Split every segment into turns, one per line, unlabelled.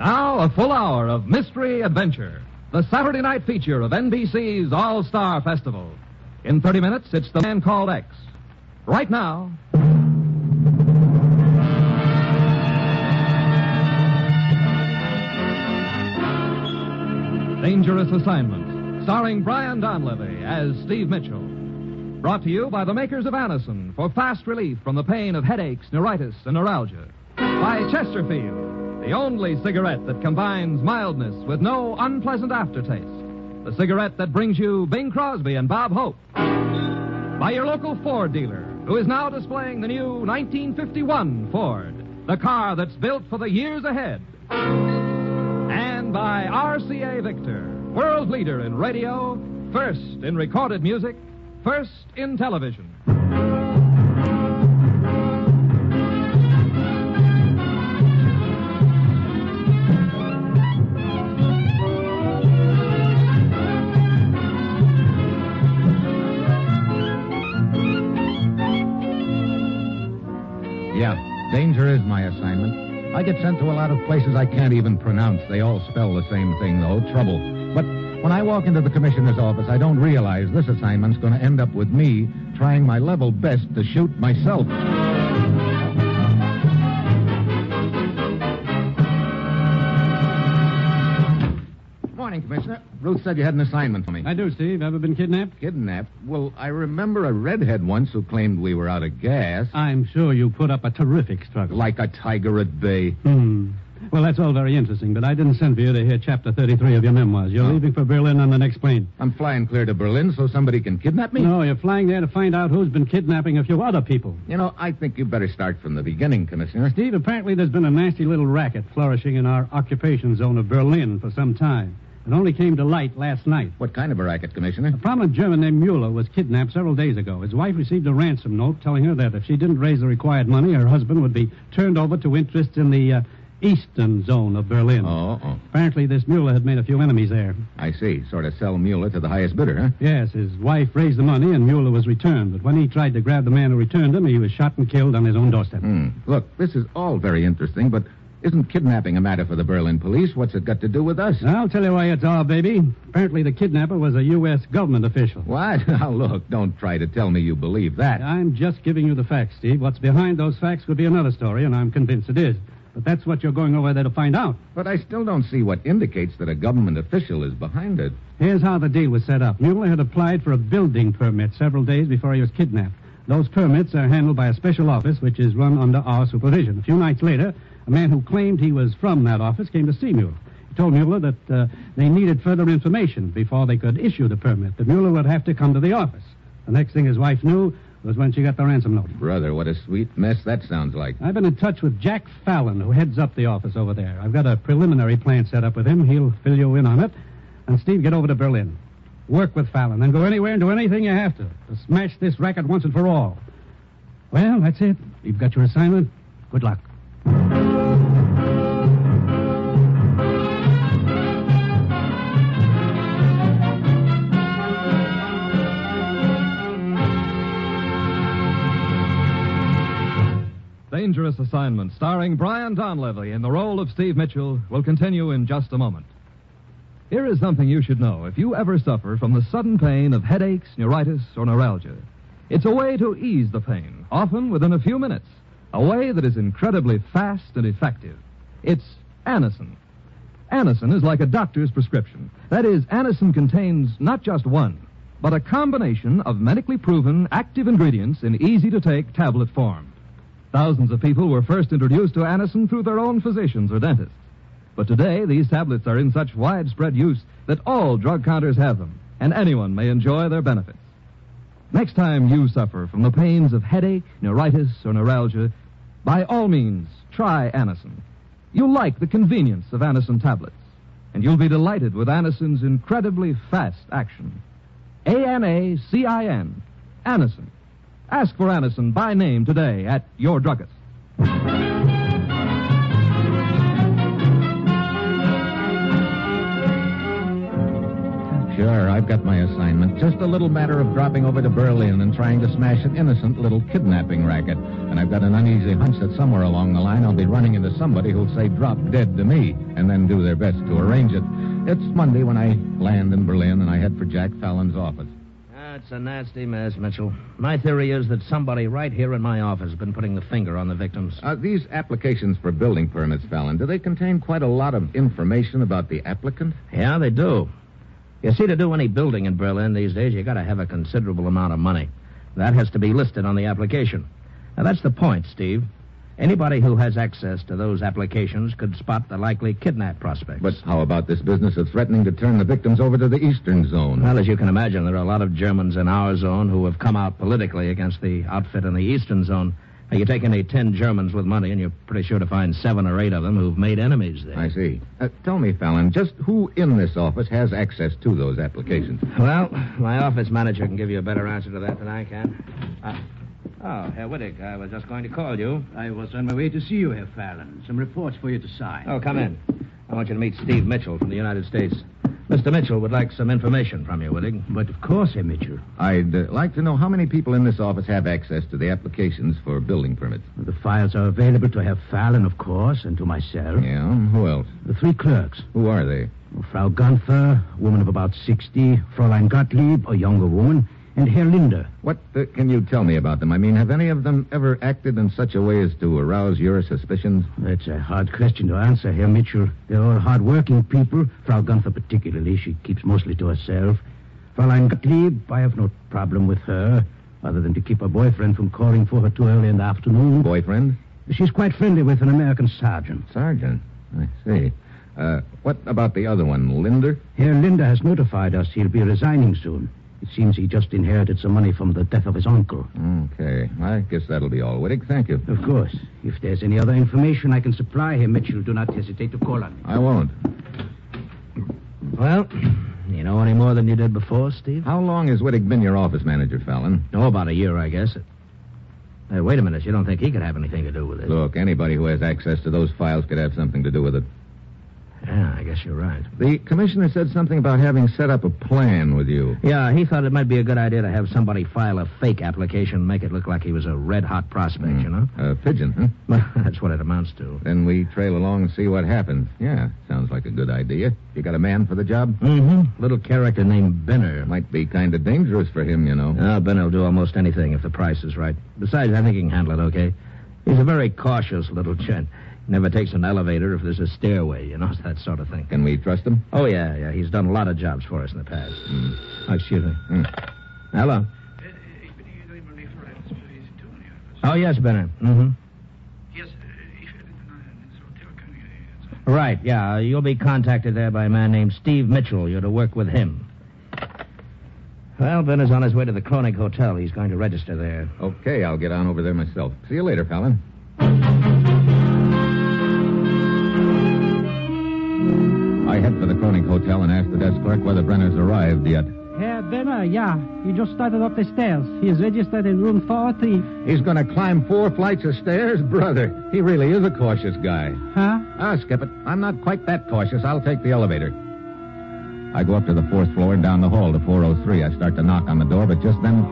Now, a full hour of mystery adventure. The Saturday night feature of NBC's All Star Festival. In 30 minutes, it's The Man Called X. Right now. Dangerous Assignment, starring Brian Donlevy as Steve Mitchell. Brought to you by the makers of Anison for fast relief from the pain of headaches, neuritis, and neuralgia. By Chesterfield, the only cigarette that combines mildness with no unpleasant aftertaste. The cigarette that brings you Bing Crosby and Bob Hope. By your local Ford dealer, who is now displaying the new 1951 Ford, the car that's built for the years ahead. And by RCA Victor, world leader in radio, first in recorded music, first in television.
Yeah, danger is my assignment. I get sent to a lot of places I can't even pronounce. They all spell the same thing, though trouble. But when I walk into the commissioner's office, I don't realize this assignment's going to end up with me trying my level best to shoot myself. Morning, Commissioner. Ruth said you had an assignment for me.
I do, Steve. Ever been kidnapped?
Kidnapped? Well, I remember a redhead once who claimed we were out of gas.
I'm sure you put up a terrific struggle.
Like a tiger at bay.
Hmm. Well, that's all very interesting, but I didn't send for you to hear Chapter 33 of your memoirs. You're leaving for Berlin on the next plane.
I'm flying clear to Berlin so somebody can kidnap me?
No, you're flying there to find out who's been kidnapping a few other people.
You know, I think you better start from the beginning, Commissioner.
Steve, apparently there's been a nasty little racket flourishing in our occupation zone of Berlin for some time. It only came to light last night.
What kind of a racket, Commissioner?
A prominent German named Mueller was kidnapped several days ago. His wife received a ransom note telling her that if she didn't raise the required money, her husband would be turned over to interests in the uh, eastern zone of Berlin.
Oh, oh.
Apparently, this Mueller had made a few enemies there.
I see. Sort of sell Mueller to the highest bidder, huh?
Yes, his wife raised the money, and Mueller was returned. But when he tried to grab the man who returned him, he was shot and killed on his own doorstep.
Hmm. Look, this is all very interesting, but isn't kidnapping a matter for the Berlin police? What's it got to do with us?
I'll tell you why it's all, baby. Apparently, the kidnapper was a U.S. government official.
What? Now, look, don't try to tell me you believe that.
I'm just giving you the facts, Steve. What's behind those facts could be another story, and I'm convinced it is. But that's what you're going over there to find out.
But I still don't see what indicates that a government official is behind it.
Here's how the deal was set up. Mueller had applied for a building permit several days before he was kidnapped. Those permits are handled by a special office which is run under our supervision. A few nights later, a man who claimed he was from that office came to see Mueller. He told Mueller that uh, they needed further information before they could issue the permit, that Mueller would have to come to the office. The next thing his wife knew was when she got the ransom note.
Brother, what a sweet mess that sounds like.
I've been in touch with Jack Fallon, who heads up the office over there. I've got a preliminary plan set up with him. He'll fill you in on it. And Steve, get over to Berlin. Work with Fallon, and go anywhere and do anything you have to to smash this racket once and for all. Well, that's it. You've got your assignment. Good luck.
Dangerous Assignment, starring Brian Donlevy in the role of Steve Mitchell, will continue in just a moment. Here is something you should know if you ever suffer from the sudden pain of headaches, neuritis, or neuralgia. It's a way to ease the pain, often within a few minutes, a way that is incredibly fast and effective. It's Anison. Anison is like a doctor's prescription. That is, Anison contains not just one, but a combination of medically proven active ingredients in easy to take tablet form. Thousands of people were first introduced to Anison through their own physicians or dentists. But today, these tablets are in such widespread use that all drug counters have them, and anyone may enjoy their benefits. Next time you suffer from the pains of headache, neuritis, or neuralgia, by all means, try Anison. You'll like the convenience of Anison tablets, and you'll be delighted with Anison's incredibly fast action. A N A C I N, Anison. Ask for Anison by name today at your druggist.
Sure, I've got my assignment. Just a little matter of dropping over to Berlin and trying to smash an innocent little kidnapping racket. And I've got an uneasy hunch that somewhere along the line I'll be running into somebody who'll say drop dead to me and then do their best to arrange it. It's Monday when I land in Berlin and I head for Jack Fallon's office.
That's a nasty mess, Mitchell. My theory is that somebody right here in my office has been putting the finger on the victims.
Uh, these applications for building permits, Fallon, do they contain quite a lot of information about the applicant?
Yeah, they do. You see, to do any building in Berlin these days, you got to have a considerable amount of money. That has to be listed on the application. Now, that's the point, Steve. Anybody who has access to those applications could spot the likely kidnap prospects.
But how about this business of threatening to turn the victims over to the Eastern Zone?
Well, as you can imagine, there are a lot of Germans in our zone who have come out politically against the outfit in the Eastern Zone. Now, you take any ten Germans with money, and you're pretty sure to find seven or eight of them who've made enemies there.
I see. Uh, tell me, Fallon, just who in this office has access to those applications?
Well, my office manager can give you a better answer to that than I can. Uh, oh, Herr Whittick, I was just going to call you.
I was on my way to see you, Herr Fallon. Some reports for you to sign.
Oh, come in. I want you to meet Steve Mitchell from the United States. Mr. Mitchell would like some information from you, Whittick.
But of course, Herr Mitchell.
I'd uh, like to know how many people in this office have access to the applications for building permits.
The files are available to Herr Fallon, of course, and to myself.
Yeah, who else?
The three clerks.
Who are they?
Frau Gunther, a woman of about 60, Fräulein Gottlieb, a younger woman, and Herr Linder.
What uh, can you tell me about them? I mean, have any of them ever acted in such a way as to arouse your suspicions?
That's a hard question to answer, Herr Mitchell. They're all hard-working people, Frau Gunther particularly. She keeps mostly to herself. Fräulein Gottlieb, I have no problem with her, other than to keep her boyfriend from calling for her too early in the afternoon.
Boyfriend?
She's quite friendly with an American sergeant.
Sergeant. I see. Uh, what about the other one, Linder?
Herr Linder has notified us he'll be resigning soon. It seems he just inherited some money from the death of his uncle.
Okay. I guess that'll be all, Whittick. Thank you.
Of course. If there's any other information I can supply Herr Mitchell, do not hesitate to call on me.
I won't.
Well, you know any more than you did before, Steve?
How long has Whittick been your office manager, Fallon?
Oh, about a year, I guess. Hey, wait a minute. You don't think he could have anything to do with it?
Look, anybody who has access to those files could have something to do with it.
Yeah, I guess you're right.
The commissioner said something about having set up a plan with you.
Yeah, he thought it might be a good idea to have somebody file a fake application, make it look like he was a red hot prospect, you know?
A pigeon, huh?
Well, that's what it amounts to.
Then we trail along and see what happens. Yeah, sounds like a good idea. You got a man for the job?
Mm-hmm. Little character named Benner.
Might be kind of dangerous for him, you know.
Ah, Benner will do almost anything if the price is right. Besides, I think he can handle it okay. He's a very cautious little gent. Never takes an elevator if there's a stairway, you know, that sort of thing.
Can we trust him?
Oh, yeah, yeah. He's done a lot of jobs for us in the past. Oh, excuse me. Hello.
Ik ben hier alleen maar even voor het Victoria.
Oh, yes, Benner. Mm-hmm.
Yes, eh, ik weet het naar het hotel kan je.
Right, yeah. uh, You'll be contacted there by a man named Steve Mitchell. You're to work with him. Well, Benner's on his way to the Kronig Hotel. He's going to register there.
Okay, I'll get on over there myself. See you later, Fallon. I head for the Kroning Hotel and ask the desk clerk whether Brenner's arrived yet.
Herr Benner, yeah. He just started up the stairs. He is registered in room 40.
He's going to climb four flights of stairs? Brother, he really is a cautious guy.
Huh?
Ah, skip it. I'm not quite that cautious. I'll take the elevator. I go up to the fourth floor and down the hall to 403. I start to knock on the door, but just then.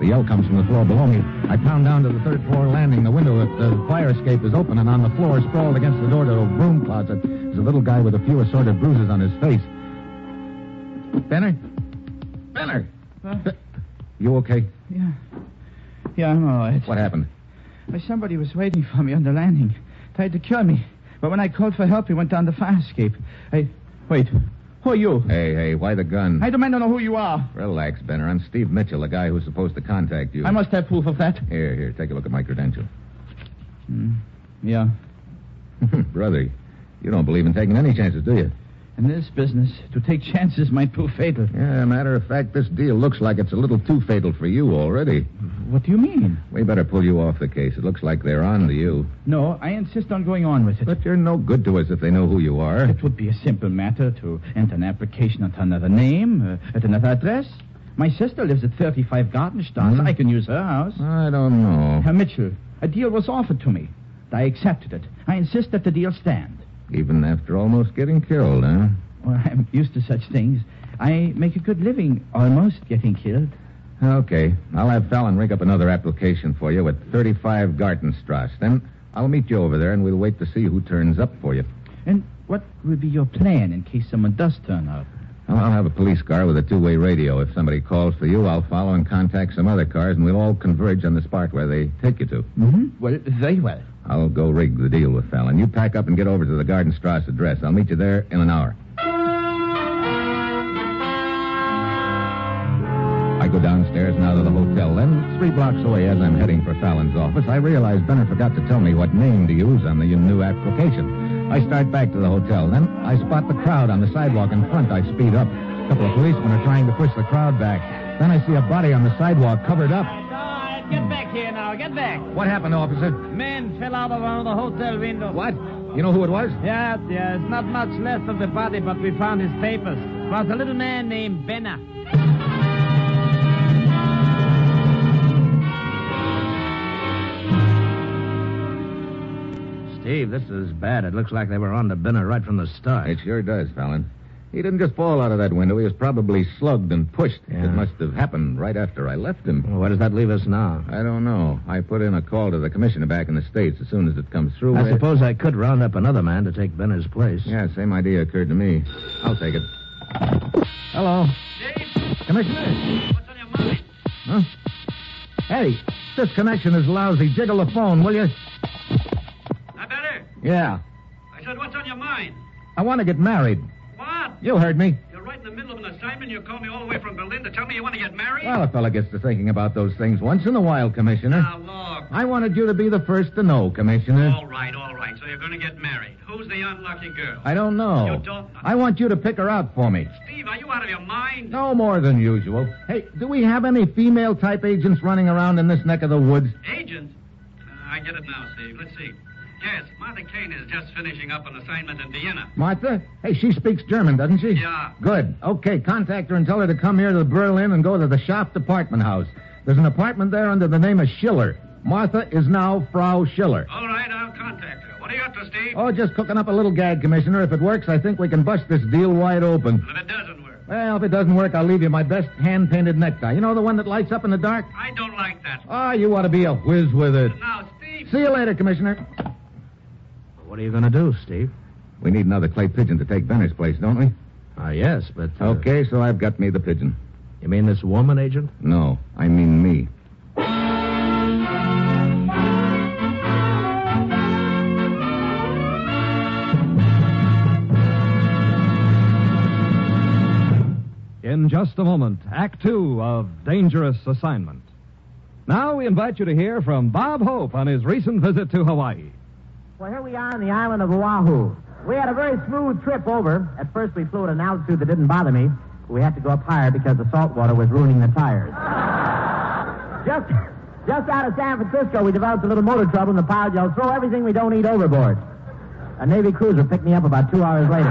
The yell comes from the floor below me. I pound down to the third floor landing. The window at the fire escape is open, and on the floor, sprawled against the door to a broom closet, is a little guy with a few assorted bruises on his face. Benner? Benner! You okay?
Yeah. Yeah, I'm all right.
What happened?
Well, somebody was waiting for me on the landing, tried to kill me. But when I called for help, he went down the fire escape. I. Wait. Who are you?
Hey, hey, why the gun?
I demand to know who you are.
Relax, Benner. I'm Steve Mitchell, the guy who's supposed to contact you.
I must have proof of that.
Here, here, take a look at my credential. Hmm.
Yeah.
Brother, you don't believe in taking any chances, do you?
In this business, to take chances might prove fatal.
Yeah, matter of fact, this deal looks like it's a little too fatal for you already.
What do you mean?
We better pull you off the case. It looks like they're on to you.
No, I insist on going on with it.
But you're no good to us if they know who you are.
It would be a simple matter to enter an application at another name, uh, at another address. My sister lives at 35 Gartenstrasse. I can use her house.
Hmm? I don't know.
Herr Mitchell, a deal was offered to me. I accepted it. I insist that the deal stand.
Even after almost getting killed, huh?
Well, I'm used to such things. I make a good living almost getting killed.
Okay. I'll have Fallon rig up another application for you at 35 Gartenstrasse. Then I'll meet you over there and we'll wait to see who turns up for you.
And what would be your plan in case someone does turn up?
Well, I'll have a police car with a two way radio. If somebody calls for you, I'll follow and contact some other cars, and we'll all converge on the spot where they take you to.
Mm-hmm. Well, very well.
I'll go rig the deal with Fallon. You pack up and get over to the Gardenstrasse address. I'll meet you there in an hour. I go downstairs and out of the hotel. Then, three blocks away, as I'm heading for Fallon's office, I realize Benner forgot to tell me what name to use on the new application. I start back to the hotel. Then I spot the crowd on the sidewalk in front. I speed up. A couple of policemen are trying to push the crowd back. Then I see a body on the sidewalk covered up.
Get back here now. Get back.
What happened, officer?
Men fell out of one of the hotel windows.
What? You know who it was?
Yeah, yeah. It's not much left of the body, but we found his papers. It was a little man named Benner.
Steve, this is bad. It looks like they were on to Benner right from the start.
It sure does, Fallon. He didn't just fall out of that window. He was probably slugged and pushed. It must have happened right after I left him.
Well, where does that leave us now?
I don't know. I put in a call to the commissioner back in the States as soon as it comes through.
I
it-
suppose I could round up another man to take Benner's place.
Yeah, same idea occurred to me. I'll take it. Hello. Commissioner?
What's on your mind?
Huh? Hey, this connection is lousy. Jiggle the phone, will you?
I better.
Yeah.
I said, what's on your mind?
I want to get married.
What?
You heard me.
You're right in the middle of an assignment. You called me all the way from Berlin to tell me you want to get married?
Well, a fella gets to thinking about those things once in a while, Commissioner.
Now, look.
I wanted you to be the first to know, Commissioner.
All right, all right. So you're going to get married. Who's the unlucky girl?
I don't know.
You don't-
I want you to pick her out for me.
Steve, are you out of your mind?
No more than usual. Hey, do we have any female type agents running around in this neck of the woods?
Agent? Uh, I get it now, Steve. Let's see. Yes, Martha Kane is just finishing up an assignment in Vienna.
Martha? Hey, she speaks German, doesn't she?
Yeah.
Good. Okay, contact her and tell her to come here to Berlin and go to the Schaft apartment house. There's an apartment there under the name of Schiller. Martha is now Frau Schiller.
All right, I'll contact her. What are you up to, Steve?
Oh, just cooking up a little gag, Commissioner. If it works, I think we can bust this deal wide open.
And if it doesn't work,
Well, if it doesn't work, I'll leave you my best hand painted necktie. You know the one that lights up in the dark?
I don't like that.
Ah, you ought to be a whiz with it.
Now, Steve.
See you later, Commissioner.
What are you going to do, Steve?
We need another clay pigeon to take Benner's place, don't we?
Ah, yes, but. uh,
Okay, so I've got me the pigeon.
You mean this woman, Agent?
No, I mean me.
In just a moment, Act Two of Dangerous Assignment. Now we invite you to hear from Bob Hope on his recent visit to Hawaii.
Well, here we are on the island of Oahu. We had a very smooth trip over. At first, we flew at an altitude that didn't bother me. We had to go up higher because the salt water was ruining the tires. just, just out of San Francisco, we developed a little motor trouble in the pilot yelled, throw everything we don't eat overboard. A Navy cruiser picked me up about two hours later.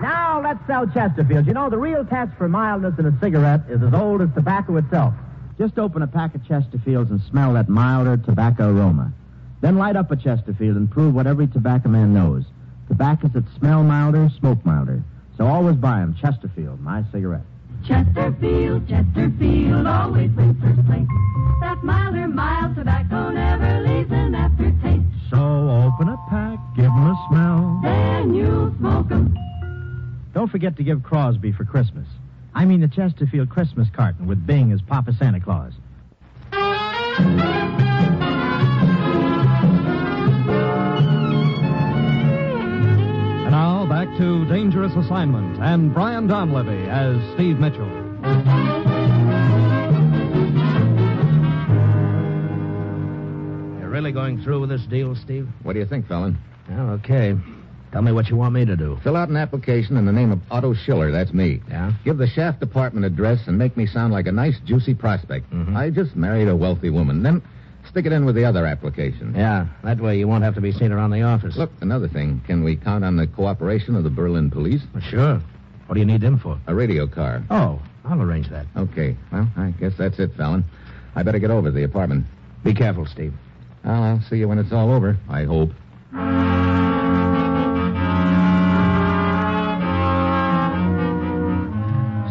now let's sell Chesterfield. You know, the real test for mildness in a cigarette is as old as tobacco itself. Just open a pack of Chesterfields and smell that milder tobacco aroma. Then light up a Chesterfield and prove what every tobacco man knows. Tobaccos that smell milder, smoke milder. So always buy 'em Chesterfield, my cigarette.
Chesterfield, Chesterfield always wins first place. That milder, mild tobacco never leaves an aftertaste.
So open a pack, give them a smell.
Then you'll smoke 'em.
Don't forget to give Crosby for Christmas. I mean the Chesterfield Christmas carton with Bing as Papa Santa Claus.
And now back to Dangerous Assignment and Brian Donlevy as Steve Mitchell.
You're really going through with this deal, Steve?
What do you think, Fallon?
Well, Oh, okay. Tell me what you want me to do.
Fill out an application in the name of Otto Schiller. That's me.
Yeah?
Give the shaft department address and make me sound like a nice, juicy prospect.
Mm-hmm.
I just married a wealthy woman. Then stick it in with the other application.
Yeah, that way you won't have to be seen around the office.
Look, another thing. Can we count on the cooperation of the Berlin police?
Sure. What do you need them for?
A radio car.
Oh, I'll arrange that.
Okay. Well, I guess that's it, Fallon. I better get over to the apartment.
Be careful, Steve.
Well, I'll see you when it's all over. I hope.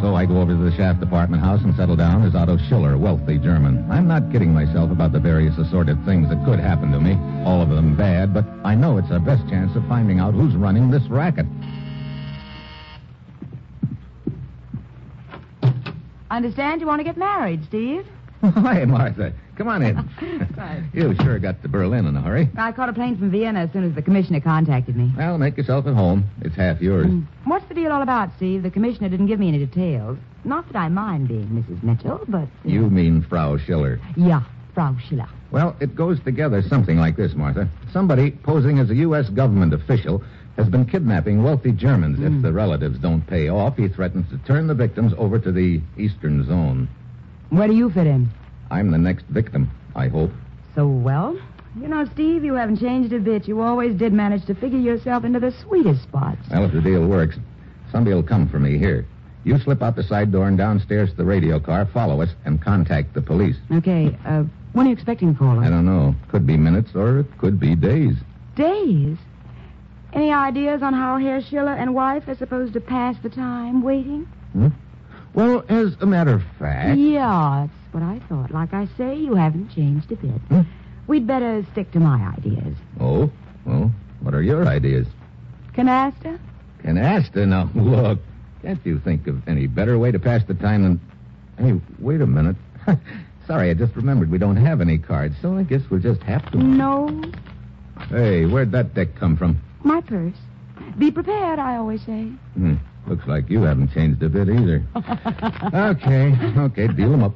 So I go over to the shaft department house and settle down as Otto Schiller, wealthy German. I'm not kidding myself about the various assorted things that could happen to me, all of them bad, but I know it's our best chance of finding out who's running this racket.
I understand you want to get married, Steve.
Hi, Martha. Come on in.
Right.
You sure got to Berlin in a hurry.
I caught a plane from Vienna as soon as the commissioner contacted me. Mm.
Well, make yourself at home. It's half yours.
What's the deal all about, Steve? The commissioner didn't give me any details. Not that I mind being Mrs. Mitchell, but.
You mean Frau Schiller.
Yeah, Frau Schiller.
Well, it goes together something like this, Martha. Somebody posing as a U.S. government official has been kidnapping wealthy Germans.
Hmm.
If the relatives don't pay off, he threatens to turn the victims over to the Eastern Zone.
Where do you fit in?
I'm the next victim, I hope.
So well? You know, Steve, you haven't changed a bit. You always did manage to figure yourself into the sweetest spots.
Well, if the deal works, somebody will come for me here. You slip out the side door and downstairs to the radio car, follow us, and contact the police.
Okay, uh, when are you expecting a caller?
I don't know. Could be minutes or it could be days.
Days? Any ideas on how Herr Schiller and wife are supposed to pass the time waiting?
Hmm? Well, as a matter of fact.
Yeah, that's what I thought. Like I say, you haven't changed a bit. We'd better stick to my ideas.
Oh? Well, what are your ideas?
Canasta?
Canasta, now, look. Can't you think of any better way to pass the time than. Hey, wait a minute. Sorry, I just remembered we don't have any cards, so I guess we'll just have to.
No.
Hey, where'd that deck come from?
My purse. Be prepared, I always say.
Hmm, looks like you haven't changed a bit either. okay, okay, deal 'em up.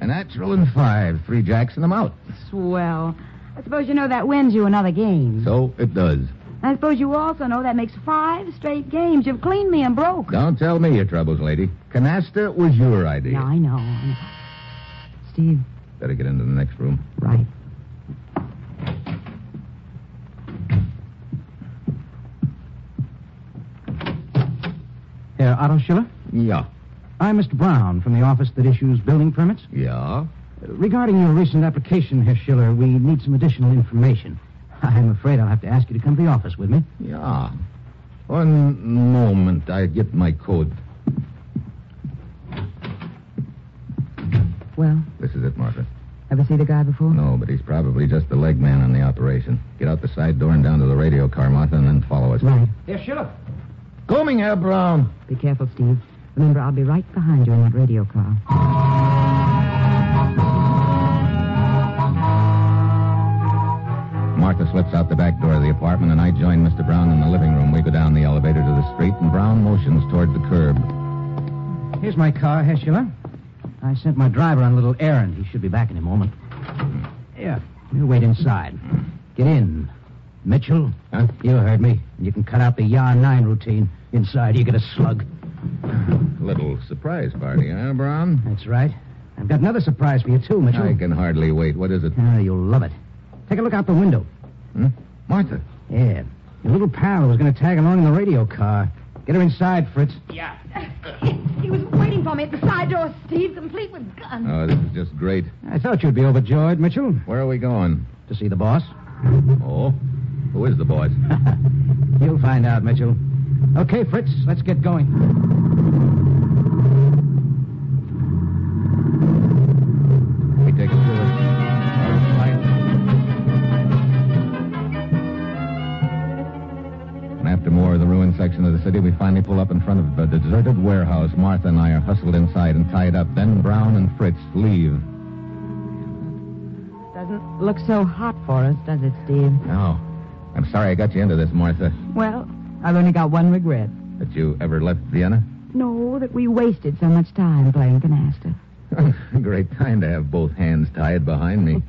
A natural and five, three jacks and I'm out.
Swell. I suppose you know that wins you another game.
So it does.
I suppose you also know that makes five straight games. You've cleaned me and broke.
Don't tell me your troubles, lady. Canasta was your idea.
Yeah, I know. I know. Steve.
Better get into the next room.
Right.
Herr Otto Schiller?
Yeah.
I'm Mr. Brown from the office that issues building permits.
Yeah?
Regarding your recent application, Herr Schiller, we need some additional information. I'm afraid I'll have to ask you to come to the office with me.
Yeah. One moment. I get my code.
Well,
This is it, Martha.
ever see the guy before?
No, but he's probably just the leg man on the operation. Get out the side door and down to the radio car, Martha, and then follow us. Right.
Herr Schiller?
Coming, Herr Brown.
Be careful, Steve. Remember, I'll be right behind you in that radio car.
Martha slips out the back door of the apartment, and I join Mr. Brown in the living room. We go down the elevator to the street, and Brown motions toward the curb.
Here's my car, Herr Schiller. I sent my driver on a little errand. He should be back in a moment. Yeah, you wait inside. Get in. Mitchell? Huh? You heard me. You can cut out the Yar 9 routine. Inside, you get a slug.
Little surprise party, huh, Brown?
That's right. I've got another surprise for you, too, Mitchell.
I can hardly wait. What is it?
Ah, you'll love it. Take a look out the window.
Hmm? Martha.
Yeah. Your little pal was going to tag along in the radio car. Get her inside, Fritz.
Yeah. he was waiting for me at the side door, Steve, complete with guns.
Oh, this is just great.
I thought you'd be overjoyed, Mitchell.
Where are we going?
To see the boss.
Oh? Who is the boss?
You'll find out, Mitchell. Okay, Fritz, let's get going.
We take a tour. And after more of the ruined section of the city, we finally pull up in front of a deserted warehouse. Martha and I are hustled inside and tied up. Then Brown and Fritz leave.
Doesn't look so hot for us, does it, Steve?
No. I'm sorry I got you into this, Martha.
Well, I've only got one regret.
That you ever left Vienna?
No, that we wasted so much time playing canasta.
Great time to have both hands tied behind me.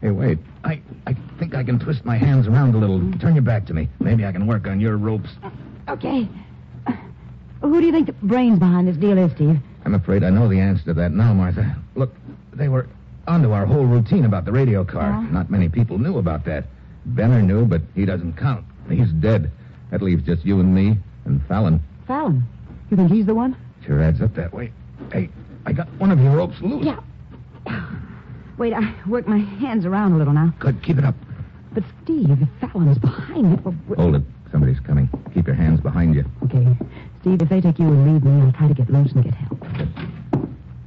Hey, wait. I, I think I can twist my hands around a little. Turn your back to me. Maybe I can work on your ropes.
Okay. Who do you think the brains behind this deal is, Steve?
I'm afraid I know the answer to that now, Martha. Look, they were onto our whole routine about the radio car. Not many people knew about that. Benner knew, but he doesn't count. He's dead. That leaves just you and me and Fallon.
Fallon. You think he's the one?
Sure adds up that way. Hey, I got one of your ropes loose.
Yeah. Wait, I work my hands around a little now.
Good, keep it up.
But, Steve, if Fallon's behind it, well, we-
Hold it. Somebody's coming. Keep your hands behind you.
Okay. Steve, if they take you and leave me, I'll try to get loose and get help.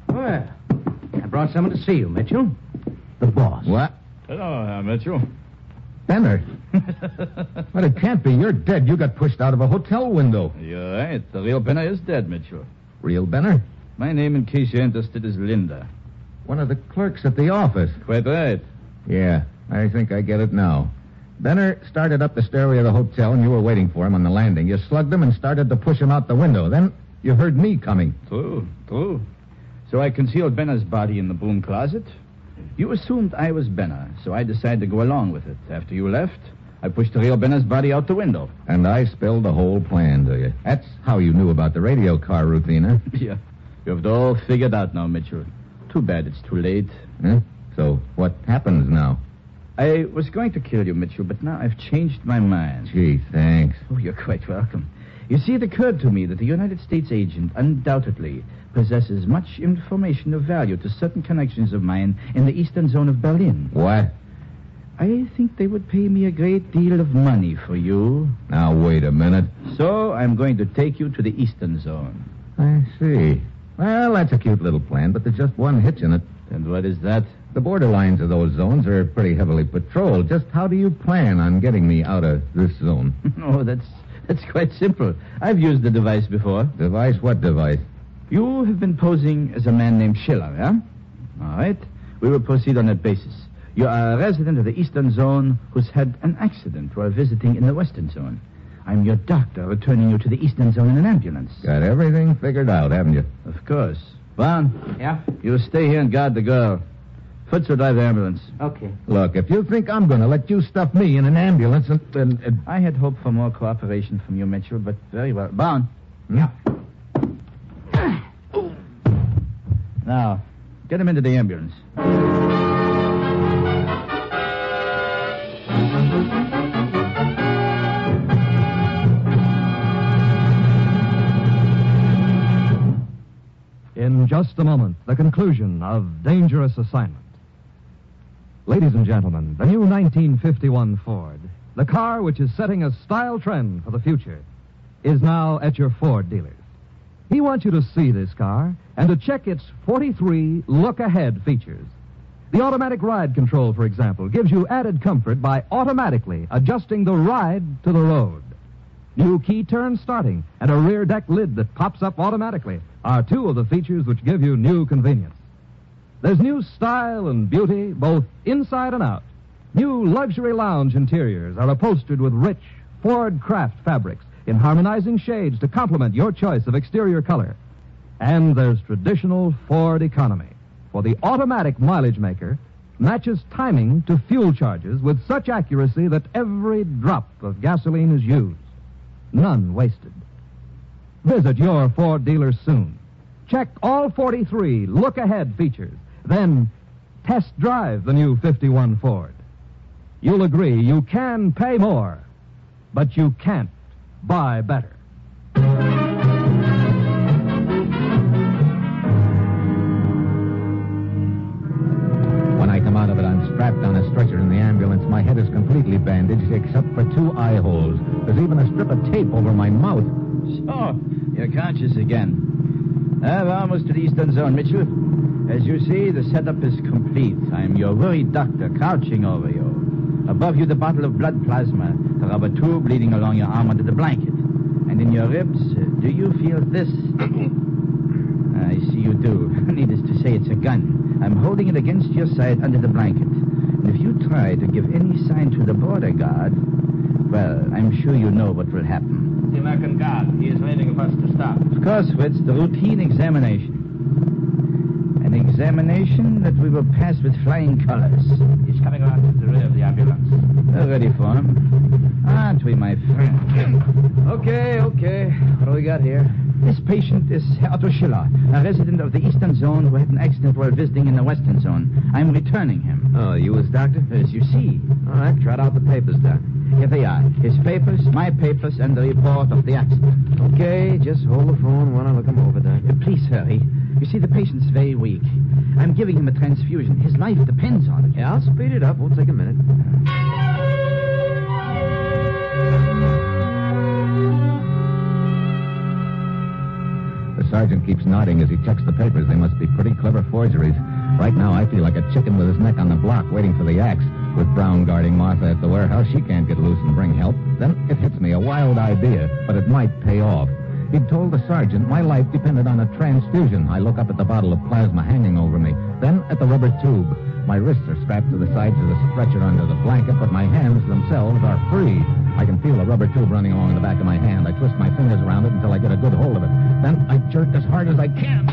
Well, I brought someone to see you, Mitchell. The boss.
What?
Hello, uh, Mitchell.
Benner. but it can't be. You're dead. You got pushed out of a hotel window.
You're right. The real Benner is dead, Mitchell.
Real Benner?
My name, in case you're interested, is Linda.
One of the clerks at the office.
Quite right.
Yeah, I think I get it now. Benner started up the stairway of the hotel, and you were waiting for him on the landing. You slugged him and started to push him out the window. Then you heard me coming.
True, true. So I concealed Benner's body in the broom closet. You assumed I was Benner, so I decided to go along with it. After you left, I pushed the real Benner's body out the window.
And I spilled the whole plan to you. That's how you knew about the radio car routine, huh?
Yeah. You have it all figured out now, Mitchell. Too bad it's too late.
Huh? So what happens now?
I was going to kill you, Mitchell, but now I've changed my mind.
Gee, thanks.
Oh, you're quite welcome. You see, it occurred to me that the United States agent undoubtedly possesses much information of value to certain connections of mine in the eastern zone of Berlin.
What?
I think they would pay me a great deal of money for you.
Now, wait a minute.
So I'm going to take you to the eastern zone.
I see. Well, that's a cute little plan, but there's just one hitch in it.
And what is that?
The borderlines of those zones are pretty heavily patrolled. Just how do you plan on getting me out of this zone?
oh, that's that's quite simple. I've used the device before.
Device? What device?
You have been posing as a man named Schiller, yeah? All right. We will proceed on that basis. You are a resident of the Eastern Zone who's had an accident while visiting in the Western Zone. I'm your doctor returning you to the Eastern Zone in an ambulance.
Got everything figured out, haven't you?
Of course. Vaughn? Yeah? You stay here and guard the girl. Foots will drive the ambulance.
Okay. Look, if you think I'm going to let you stuff me in an ambulance and. and, and...
I had hoped for more cooperation from you, Mitchell, but very well. Bound.
Yeah.
Now, get him into the ambulance.
In just a moment, the conclusion of Dangerous Assignment. Ladies and gentlemen, the new 1951 Ford, the car which is setting a style trend for the future, is now at your Ford dealers. He wants you to see this car and to check its 43 look ahead features. The automatic ride control, for example, gives you added comfort by automatically adjusting the ride to the road. New key turn starting and a rear deck lid that pops up automatically are two of the features which give you new convenience. There's new style and beauty both inside and out. New luxury lounge interiors are upholstered with rich Ford craft fabrics in harmonizing shades to complement your choice of exterior color. And there's traditional Ford economy, for the automatic mileage maker matches timing to fuel charges with such accuracy that every drop of gasoline is used none wasted. Visit your Ford dealer soon. Check all 43 look ahead features, then test drive the new 51 Ford. You'll agree you can pay more, but you can't buy better.
When I come out of it, I'm strapped on a stretcher in the ambulance. My head is completely bandaged except for two eye holes. There's even a strip of tape over my mouth.
So, Oh, you're conscious again. I'm almost to the Eastern Zone, Mitchell. As you see, the setup is complete. I'm your worried doctor, crouching over you. Above you, the bottle of blood plasma, the rubber tube leading along your arm under the blanket. And in your ribs, uh, do you feel this? I see you do. Needless to say, it's a gun. I'm holding it against your side under the blanket. And if you try to give any sign to the border guard, well, I'm sure you know what will happen. the American guard. He is waiting for us to start. Of course, Fritz, the routine examination. An examination that we will pass with flying colors. He's coming around to the rear of the ambulance. We're ready for him. Aren't we, my friend? okay, okay. What do we got here? This patient is Otto Schiller, a resident of the Eastern Zone who had an accident while visiting in the Western Zone. I'm returning him. Oh, you as doctor? As you see. All right, trot out the papers, doc. Here they are. His papers, my papers, and the report of the accident. Okay, just hold the phone while I look him over, doc. please hurry. You see, the patient's very weak. I'm giving him a transfusion. His life depends on it. Yeah, I'll speed it up. Won't take a minute.
The sergeant keeps nodding as he checks the papers. They must be pretty clever forgeries. Right now, I feel like a chicken with his neck on the block waiting for the axe. With Brown guarding Martha at the warehouse, she can't get loose and bring help. Then it hits me a wild idea, but it might pay off. He'd told the sergeant my life depended on a transfusion. I look up at the bottle of plasma hanging over me, then at the rubber tube. My wrists are strapped to the sides of the stretcher under the blanket, but my hands themselves are free. I can feel the rubber tube running along the back of my hand. I twist my fingers around it until I get a good hold of it. Then I jerk as hard as I can.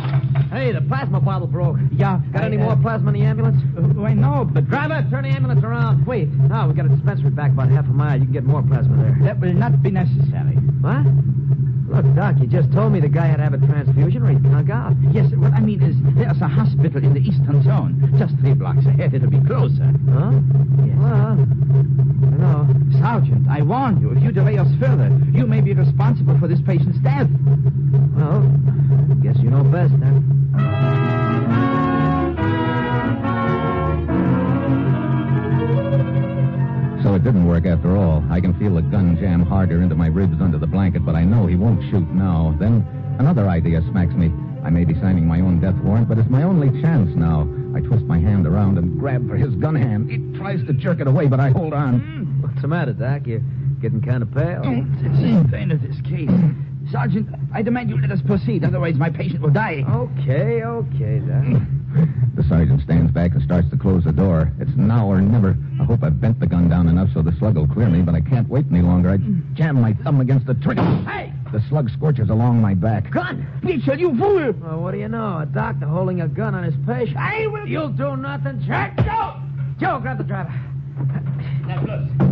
Hey, the plasma bottle broke. Yeah. uh, Got any more plasma in the ambulance? wait, no, but. Driver, turn the ambulance around. Wait. Now, we got a dispensary back about half a mile. You can get more plasma there. That will not be necessary. What? Look, Doc, you just told me the guy had to have a transfusion or he'd conk out.
Yes, what I mean is, there's a hospital in the eastern zone, just three blocks ahead. It'll be closer.
Huh? Well,
No. Sergeant, I warn you, if you delay us further, you may be responsible for this patient's death.
well, guess you know best then.
So it didn't work after all. I can feel the gun jam harder into my ribs under the blanket, but I know he won't shoot now. Then another idea smacks me. I may be signing my own death warrant, but it's my only chance now. I twist my hand around and grab for his gun hand. He tries to jerk it away, but I hold on.
What's the matter, Doc? You're getting kind of pale.
It's the end of this case. Sergeant, I demand you let us proceed, otherwise my patient will die.
Okay, okay, Doc.
The sergeant stands back and starts to close the door. It's now or never. I hope I bent the gun down enough so the slug will clear me, but I can't wait any longer. I jam my thumb against the trigger. Hey! The slug scorches along my back.
Gun! Mitchell, you fool! Well, what do you know? A doctor holding a gun on his patient. I will. You'll do nothing, Jack. Joe! Joe, grab the driver.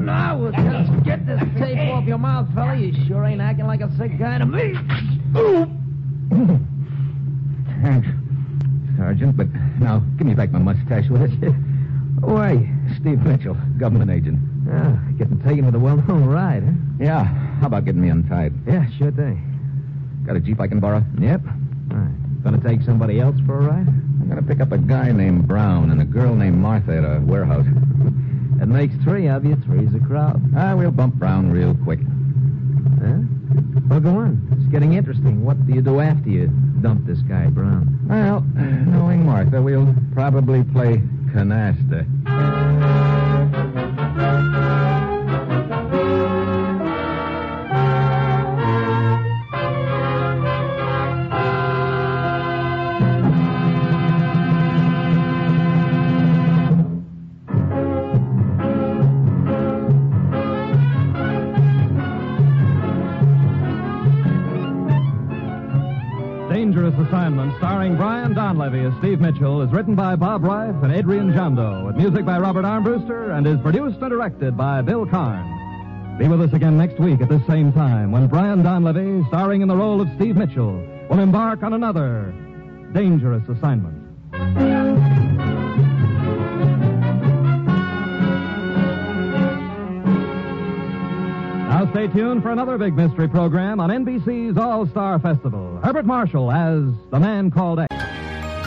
Now we'll just get this tape off your mouth, fella. You sure ain't acting like a sick guy to me.
Thanks, Sergeant, but now give me back my mustache, will you? Why, Steve Mitchell, government agent.
Yeah, getting taken with a Ah, well-known ride, huh?
Yeah, how about getting me untied?
Yeah, sure thing.
Got a jeep I can borrow? Yep.
All right. Gonna take somebody else for a ride?
I'm gonna pick up a guy named Brown and a girl named Martha at a warehouse.
It makes three of you. Three's a crowd.
Ah, we'll bump Brown real quick.
Huh? Well, go on. It's getting interesting. What do you do after you dump this guy, Brown?
Well, Ah, knowing Martha, we'll probably play canasta.
Dangerous Assignment, starring Brian Donlevy as Steve Mitchell, is written by Bob Reif and Adrian Jondo, with music by Robert Armbruster, and is produced and directed by Bill Carn. Be with us again next week at this same time when Brian Donlevy, starring in the role of Steve Mitchell, will embark on another Dangerous Assignment. Now stay tuned for another big mystery program on NBC's All Star Festival. Herbert Marshall as The Man Called X.